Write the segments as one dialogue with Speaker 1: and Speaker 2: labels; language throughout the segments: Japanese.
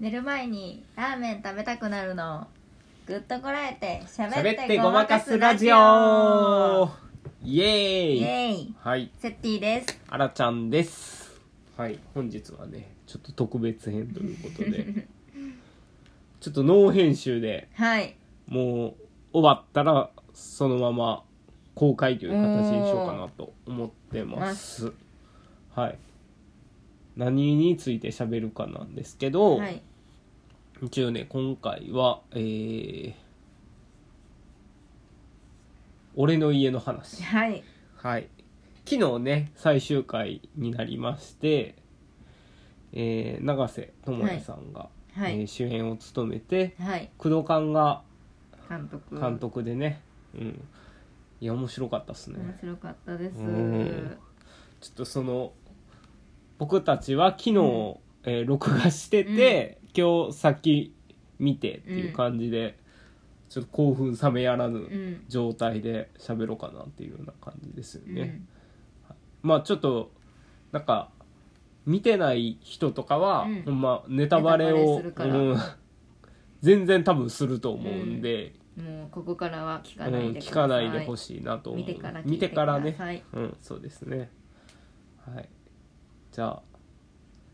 Speaker 1: 寝る前にラーメン食べたくなるのぐっとこらえてしゃべ
Speaker 2: 喋
Speaker 1: っ
Speaker 2: ってて
Speaker 1: ご
Speaker 2: ご
Speaker 1: ま
Speaker 2: ま
Speaker 1: か
Speaker 2: か
Speaker 1: す
Speaker 2: す
Speaker 1: ラ
Speaker 2: ラ
Speaker 1: ジ
Speaker 2: ジ
Speaker 1: オ
Speaker 2: オイエ
Speaker 1: イ
Speaker 2: ーイ
Speaker 1: エーイ
Speaker 2: はい、
Speaker 1: セッティです
Speaker 2: あらちゃんですはい、本日はね、ちょっと特別編ということで ちょっとノー編集で
Speaker 1: はい
Speaker 2: もう終わったらそのまま公開という形にしようかなと思ってますはい何について喋るかなんですけど、
Speaker 1: はい
Speaker 2: 一応ね今回はえー俺の家の話
Speaker 1: はい
Speaker 2: はい昨日ね最終回になりまして、えー永瀬智也さんが、
Speaker 1: は
Speaker 2: えー
Speaker 1: い
Speaker 2: 主演を務めて
Speaker 1: はい
Speaker 2: 工藤官が
Speaker 1: 監督
Speaker 2: 監督でねうんいや面白かったっすね、
Speaker 1: 面白かったです
Speaker 2: うんちょっとその僕たちは昨日、
Speaker 1: うん
Speaker 2: えー録画してて、今日先見てっていう感じで、ちょっと興奮冷めやら
Speaker 1: う
Speaker 2: ぬ
Speaker 1: ん
Speaker 2: 状態で喋ろうかなっていうような感じですよ
Speaker 1: う
Speaker 2: ね、
Speaker 1: ん
Speaker 2: まあちょっとなんか見てない人とかは、
Speaker 1: うん
Speaker 2: ほんまネタバレを
Speaker 1: ネタバレするから
Speaker 2: うん全然多分すると思うんで、
Speaker 1: もうここからは聞
Speaker 2: うん
Speaker 1: かないで
Speaker 2: 聞かないでほ
Speaker 1: い
Speaker 2: しいなと思う
Speaker 1: 見てから聞
Speaker 2: 見
Speaker 1: い
Speaker 2: て
Speaker 1: てく
Speaker 2: か
Speaker 1: だ
Speaker 2: ら
Speaker 1: さい
Speaker 2: ねうん、そうですね。はい。じゃあ、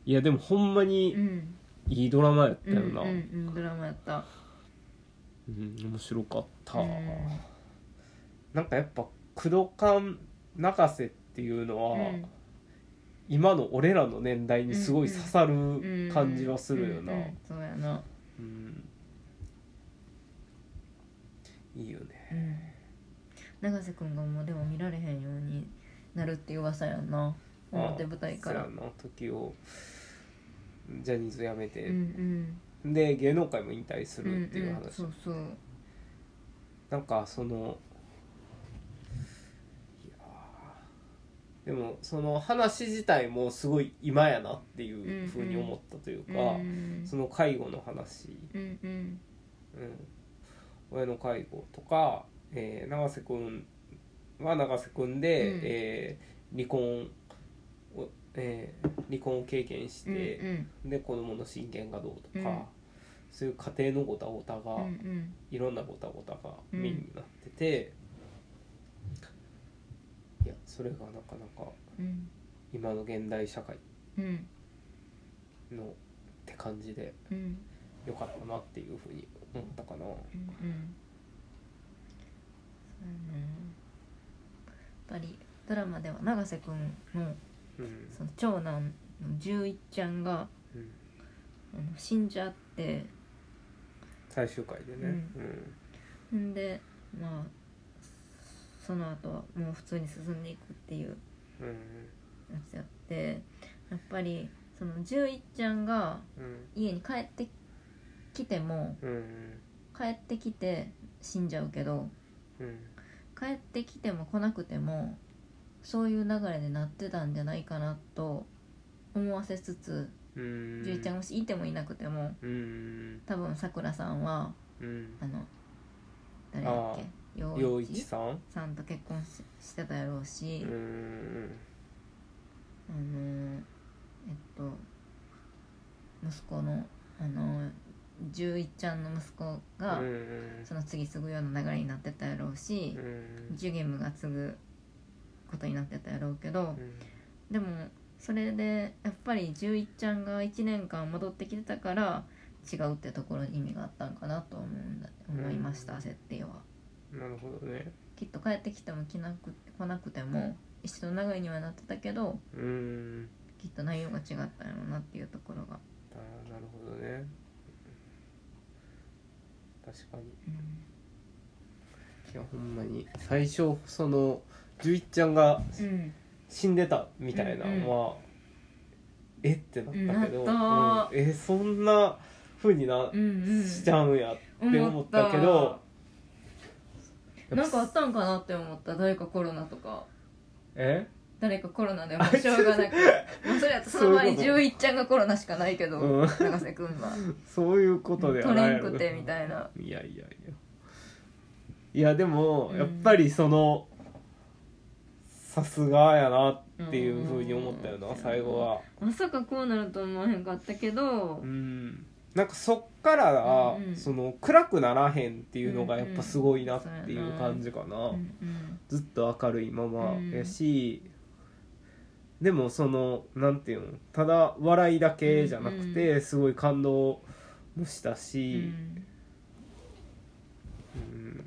Speaker 2: いや、でもほんま
Speaker 1: う
Speaker 2: に
Speaker 1: ん
Speaker 2: いいドラマやった
Speaker 1: うんう
Speaker 2: よ
Speaker 1: ん
Speaker 2: な。
Speaker 1: う
Speaker 2: うん、
Speaker 1: んドラマやった
Speaker 2: 面白かった。
Speaker 1: うん
Speaker 2: なんかやっぱ、工藤官中瀬っていうのは、
Speaker 1: うん
Speaker 2: 今の俺らの年代にすごい刺さ
Speaker 1: う
Speaker 2: る
Speaker 1: ん
Speaker 2: 感じはするよな。
Speaker 1: うんうんそうやな
Speaker 2: うんいいよね。
Speaker 1: うん永瀬君がもうでも見られへんようになるっていう噂やんな表舞台から
Speaker 2: あそうやな時をジャニーズ辞めて、
Speaker 1: うん
Speaker 2: で芸能界も引退す
Speaker 1: うんうん
Speaker 2: るっていう話、
Speaker 1: うんそうそう
Speaker 2: なんかそのいやーでもその話自体もすごい今やなっていうふうに思ったという
Speaker 1: う
Speaker 2: か、
Speaker 1: ん
Speaker 2: その介護の話、
Speaker 1: うんうん
Speaker 2: うん、親の介護とか、えー永瀬君は永瀬君で、
Speaker 1: うん
Speaker 2: えー離婚を、えー離婚を経験し
Speaker 1: うん
Speaker 2: て、で子供の親権がどうとか、
Speaker 1: うん
Speaker 2: そういう家庭のごたごたが、
Speaker 1: うんうん
Speaker 2: いろんなごたごたがメインになってて、いやそれがなかなか
Speaker 1: うん
Speaker 2: 今の現代社会
Speaker 1: うん
Speaker 2: のって感じで
Speaker 1: うんうん
Speaker 2: 良かったなっていうふうに思ったか
Speaker 1: うん
Speaker 2: な。
Speaker 1: そうやなやっぱりドラマでは永瀬君の
Speaker 2: うん
Speaker 1: その長男の十一ちゃんが
Speaker 2: うん
Speaker 1: あの死んじゃって
Speaker 2: 最終回でね、
Speaker 1: うん
Speaker 2: うん
Speaker 1: んでまあその後はもう普通に進んでいくっていう
Speaker 2: うん
Speaker 1: やつやってやっぱりその十一ちゃんが
Speaker 2: うん
Speaker 1: 家に帰ってきても
Speaker 2: うん
Speaker 1: 帰ってきて死んじゃうけど
Speaker 2: うん
Speaker 1: 帰ってきても来なくてもそういう流れでなってたんじゃないかなと思わせつつ
Speaker 2: うん
Speaker 1: 十一ちゃんがもしいてもいなくても
Speaker 2: うん
Speaker 1: 多分さくらさんは
Speaker 2: うん
Speaker 1: あの誰だっ
Speaker 2: あ
Speaker 1: け陽
Speaker 2: 陽一
Speaker 1: 一
Speaker 2: さん
Speaker 1: さんと結婚ししてたやろう
Speaker 2: う
Speaker 1: し。
Speaker 2: ん
Speaker 1: あのーえっと息子のあの十一ちゃんの息子が、
Speaker 2: うん
Speaker 1: その次継ぐような流れになってたやろうし
Speaker 2: う、ん
Speaker 1: ジュゲムが継ぐことになってたやろうけど
Speaker 2: う、ん
Speaker 1: でもそれでやっぱり十一ちゃんが1年間戻ってきてたから違うってところに意味があったんかなと思うんだ思いました、
Speaker 2: うん
Speaker 1: 設定は。
Speaker 2: なるほどね
Speaker 1: きっと帰ってきても来なく来なくても一緒の流れにはなってたけど
Speaker 2: うん
Speaker 1: きっと内容が違ったんやろうなっていうところが。
Speaker 2: あーなるほどね確かに
Speaker 1: うん
Speaker 2: いやほんまに最初その十一ちゃんが
Speaker 1: うん、
Speaker 2: 死んでたみたいな
Speaker 1: うんうん
Speaker 2: のは、えってなったけど、
Speaker 1: うんなった
Speaker 2: うんえそんな風にな、
Speaker 1: うんうん、
Speaker 2: しちゃうんやって思ったけど
Speaker 1: なんかあったんかなって思った誰かコロナとか
Speaker 2: え
Speaker 1: 誰かコロナでもうしょうがなくまあそれやったらその前に
Speaker 2: そう
Speaker 1: 11ちゃんがコロナしかないけど、
Speaker 2: う
Speaker 1: 永
Speaker 2: ん
Speaker 1: 瀬君は
Speaker 2: そういうことでは
Speaker 1: 取
Speaker 2: ない
Speaker 1: れんくてみたいない
Speaker 2: やいやいやいやでも、
Speaker 1: うん
Speaker 2: やっぱりそのさすがやなっていうふうに思ったよな、
Speaker 1: うん
Speaker 2: 最後は
Speaker 1: まさかこうなると思わへんかったけど、
Speaker 2: うんなんかそっからが、
Speaker 1: うんうん
Speaker 2: その暗くならへんっていうのがやっぱすごいなっていう感じかな、
Speaker 1: うんうん
Speaker 2: ずっと明るいまま
Speaker 1: うん
Speaker 2: やし、でもそのなんていうのただ笑いだけじゃなくて、すごい感動もした
Speaker 1: う
Speaker 2: し、
Speaker 1: ん
Speaker 2: うん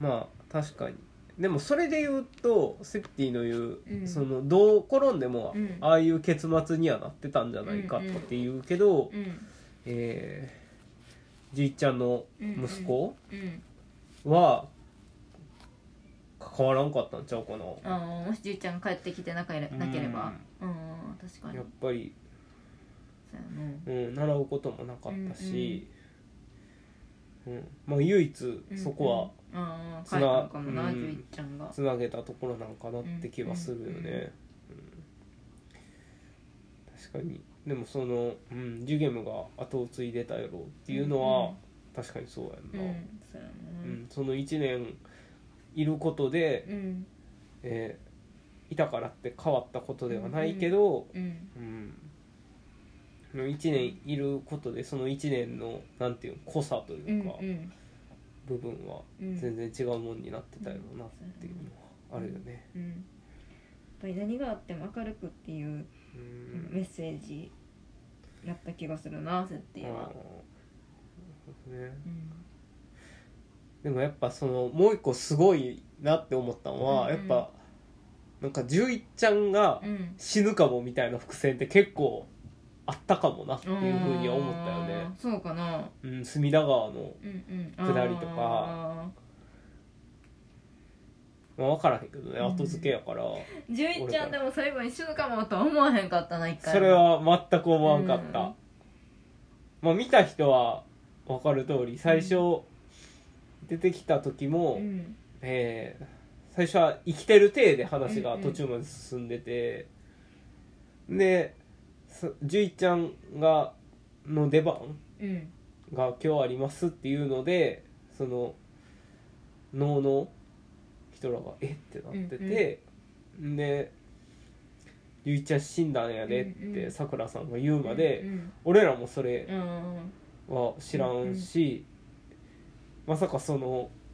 Speaker 2: まあ確かにでもそれで言うとセプティの言う、
Speaker 1: うん
Speaker 2: そのどう転んでも、
Speaker 1: うん
Speaker 2: ああいう結末にはなってたんじゃないかっていうけど、
Speaker 1: うん
Speaker 2: えーじいちゃんの息子
Speaker 1: うん
Speaker 2: は関わらんかったんちゃうかな、
Speaker 1: あーもしじいちゃんが帰ってきてなけれなければうん確かに
Speaker 2: やっぱり、
Speaker 1: そうやな
Speaker 2: うん、習うこともなかったし、うんまあ、唯一そこは
Speaker 1: は
Speaker 2: つ
Speaker 1: 帰
Speaker 2: な
Speaker 1: ったのかもな
Speaker 2: うん
Speaker 1: じゅいちゃんが
Speaker 2: つなげたところなんかなって気はするよね。うん確かにでもその、うん、ジュゲムが後を継いでたやろっていうの
Speaker 1: う
Speaker 2: は
Speaker 1: ん
Speaker 2: 確かにそう
Speaker 1: う
Speaker 2: やんな、
Speaker 1: んそうやな
Speaker 2: うんその1年いることで、
Speaker 1: うん
Speaker 2: えーいたからって変わったことではないけど、
Speaker 1: うん
Speaker 2: うん1年いることでその1年のなんていうの濃さと
Speaker 1: う
Speaker 2: い
Speaker 1: ん
Speaker 2: うか、
Speaker 1: うん
Speaker 2: 部分は
Speaker 1: うん
Speaker 2: 全然違うもんになってたよなっていうのはあるよね。
Speaker 1: うんやっぱり何があっても明るくっていう
Speaker 2: う
Speaker 1: メ
Speaker 2: ん
Speaker 1: ッセージやった気がするな設定
Speaker 2: あ
Speaker 1: は
Speaker 2: ーそうですね
Speaker 1: うん
Speaker 2: でもやっぱそのもう一個すごいなって思ったのは、
Speaker 1: うん
Speaker 2: やっぱなんか十一ちゃんが
Speaker 1: うん
Speaker 2: 死ぬかもみたいな伏線って結構あったかもなっていうふうには思ったよ
Speaker 1: あ
Speaker 2: ね
Speaker 1: ー。そうかな
Speaker 2: うん、隅田川の
Speaker 1: うんうん
Speaker 2: 下りとか
Speaker 1: あ
Speaker 2: まあ、分からへんけどね
Speaker 1: うん
Speaker 2: 後付けやから、
Speaker 1: ーじゅいちゃんでも最後に死ぬかもとは思わへんかったな一回
Speaker 2: それは全く思わんかった、
Speaker 1: うん
Speaker 2: まあ見た人は分かる通り最初、出てきた時も、
Speaker 1: うん
Speaker 2: えー最初は生きてる体で話
Speaker 1: う
Speaker 2: が
Speaker 1: んうん
Speaker 2: 途中まで進んでて、でそじゅいちゃんがの出番
Speaker 1: うん
Speaker 2: が今日ありますっていうのでその能の人らが「えっ?」てなってて、で「ゆいちゃん死んだんやで」っ
Speaker 1: うんう
Speaker 2: て
Speaker 1: ん
Speaker 2: さくらさんが言うまで、
Speaker 1: うん
Speaker 2: 俺らもそれ
Speaker 1: うんうん
Speaker 2: は知らんし、まさかその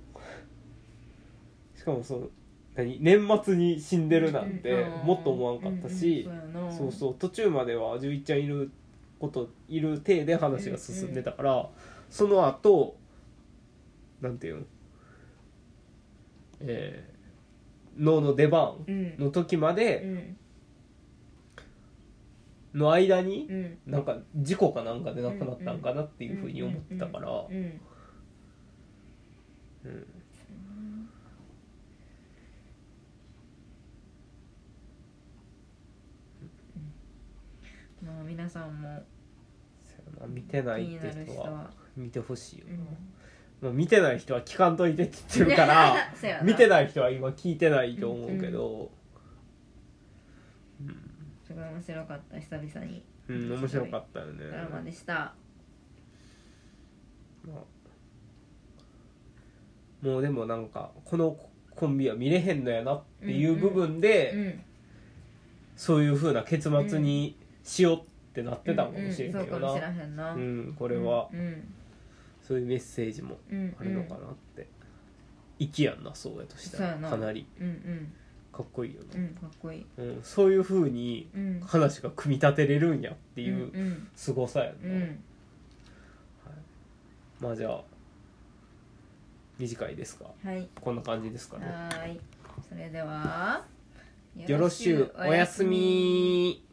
Speaker 2: しかもその何年末に死んでるなんてもっと思わんかったし、そう
Speaker 1: う
Speaker 2: そう途中までは11ちゃんいることいる体で話が進んでたから、その後なんていうのえー脳の出番
Speaker 1: ん
Speaker 2: の時ま
Speaker 1: う
Speaker 2: で
Speaker 1: ん
Speaker 2: の間に
Speaker 1: う、ん
Speaker 2: なんか事故かなんかで亡くなったんかなっていうふうに思ってたから、
Speaker 1: うん
Speaker 2: うん
Speaker 1: まあ皆さんも
Speaker 2: そうやな見て
Speaker 1: 気
Speaker 2: ない
Speaker 1: に
Speaker 2: っ
Speaker 1: な
Speaker 2: て
Speaker 1: る
Speaker 2: 人
Speaker 1: 人
Speaker 2: は
Speaker 1: は、
Speaker 2: 見てほしいよ
Speaker 1: う
Speaker 2: な、
Speaker 1: ん、
Speaker 2: まあ、見てない人は聞かんといてって言ってるから。
Speaker 1: そうやな
Speaker 2: 見てない人は今聞いてないと思うけど、
Speaker 1: すごい面白かった久々に
Speaker 2: うん
Speaker 1: うん
Speaker 2: 面白かったよね
Speaker 1: ドラマでした、
Speaker 2: まあもうでもなんかこのコンビは見れへんのやなっていう部分で、
Speaker 1: うん、
Speaker 2: そういう風な結末にしようってなってたかもしれへん
Speaker 1: うんうん
Speaker 2: け
Speaker 1: そうか
Speaker 2: ど
Speaker 1: もし
Speaker 2: な
Speaker 1: れへんな、
Speaker 2: う
Speaker 1: こ
Speaker 2: んこれは
Speaker 1: うん
Speaker 2: そういうメッセージも
Speaker 1: うんうん、
Speaker 2: あるのかなって粋やんなそうやとした
Speaker 1: そうや
Speaker 2: ら
Speaker 1: な
Speaker 2: かなり
Speaker 1: うんうん
Speaker 2: かっこいいよ
Speaker 1: う
Speaker 2: な、
Speaker 1: んかっこいい、
Speaker 2: うんそういう風に
Speaker 1: うん、っ
Speaker 2: 話が組み立てれるんやって
Speaker 1: て
Speaker 2: いう
Speaker 1: うん
Speaker 2: 凄さやん
Speaker 1: う
Speaker 2: な、
Speaker 1: ん、うん
Speaker 2: まあじゃあ短いですか
Speaker 1: はい
Speaker 2: こんな感じですかね
Speaker 1: はーいそれでは
Speaker 2: よろしゅうおやすみ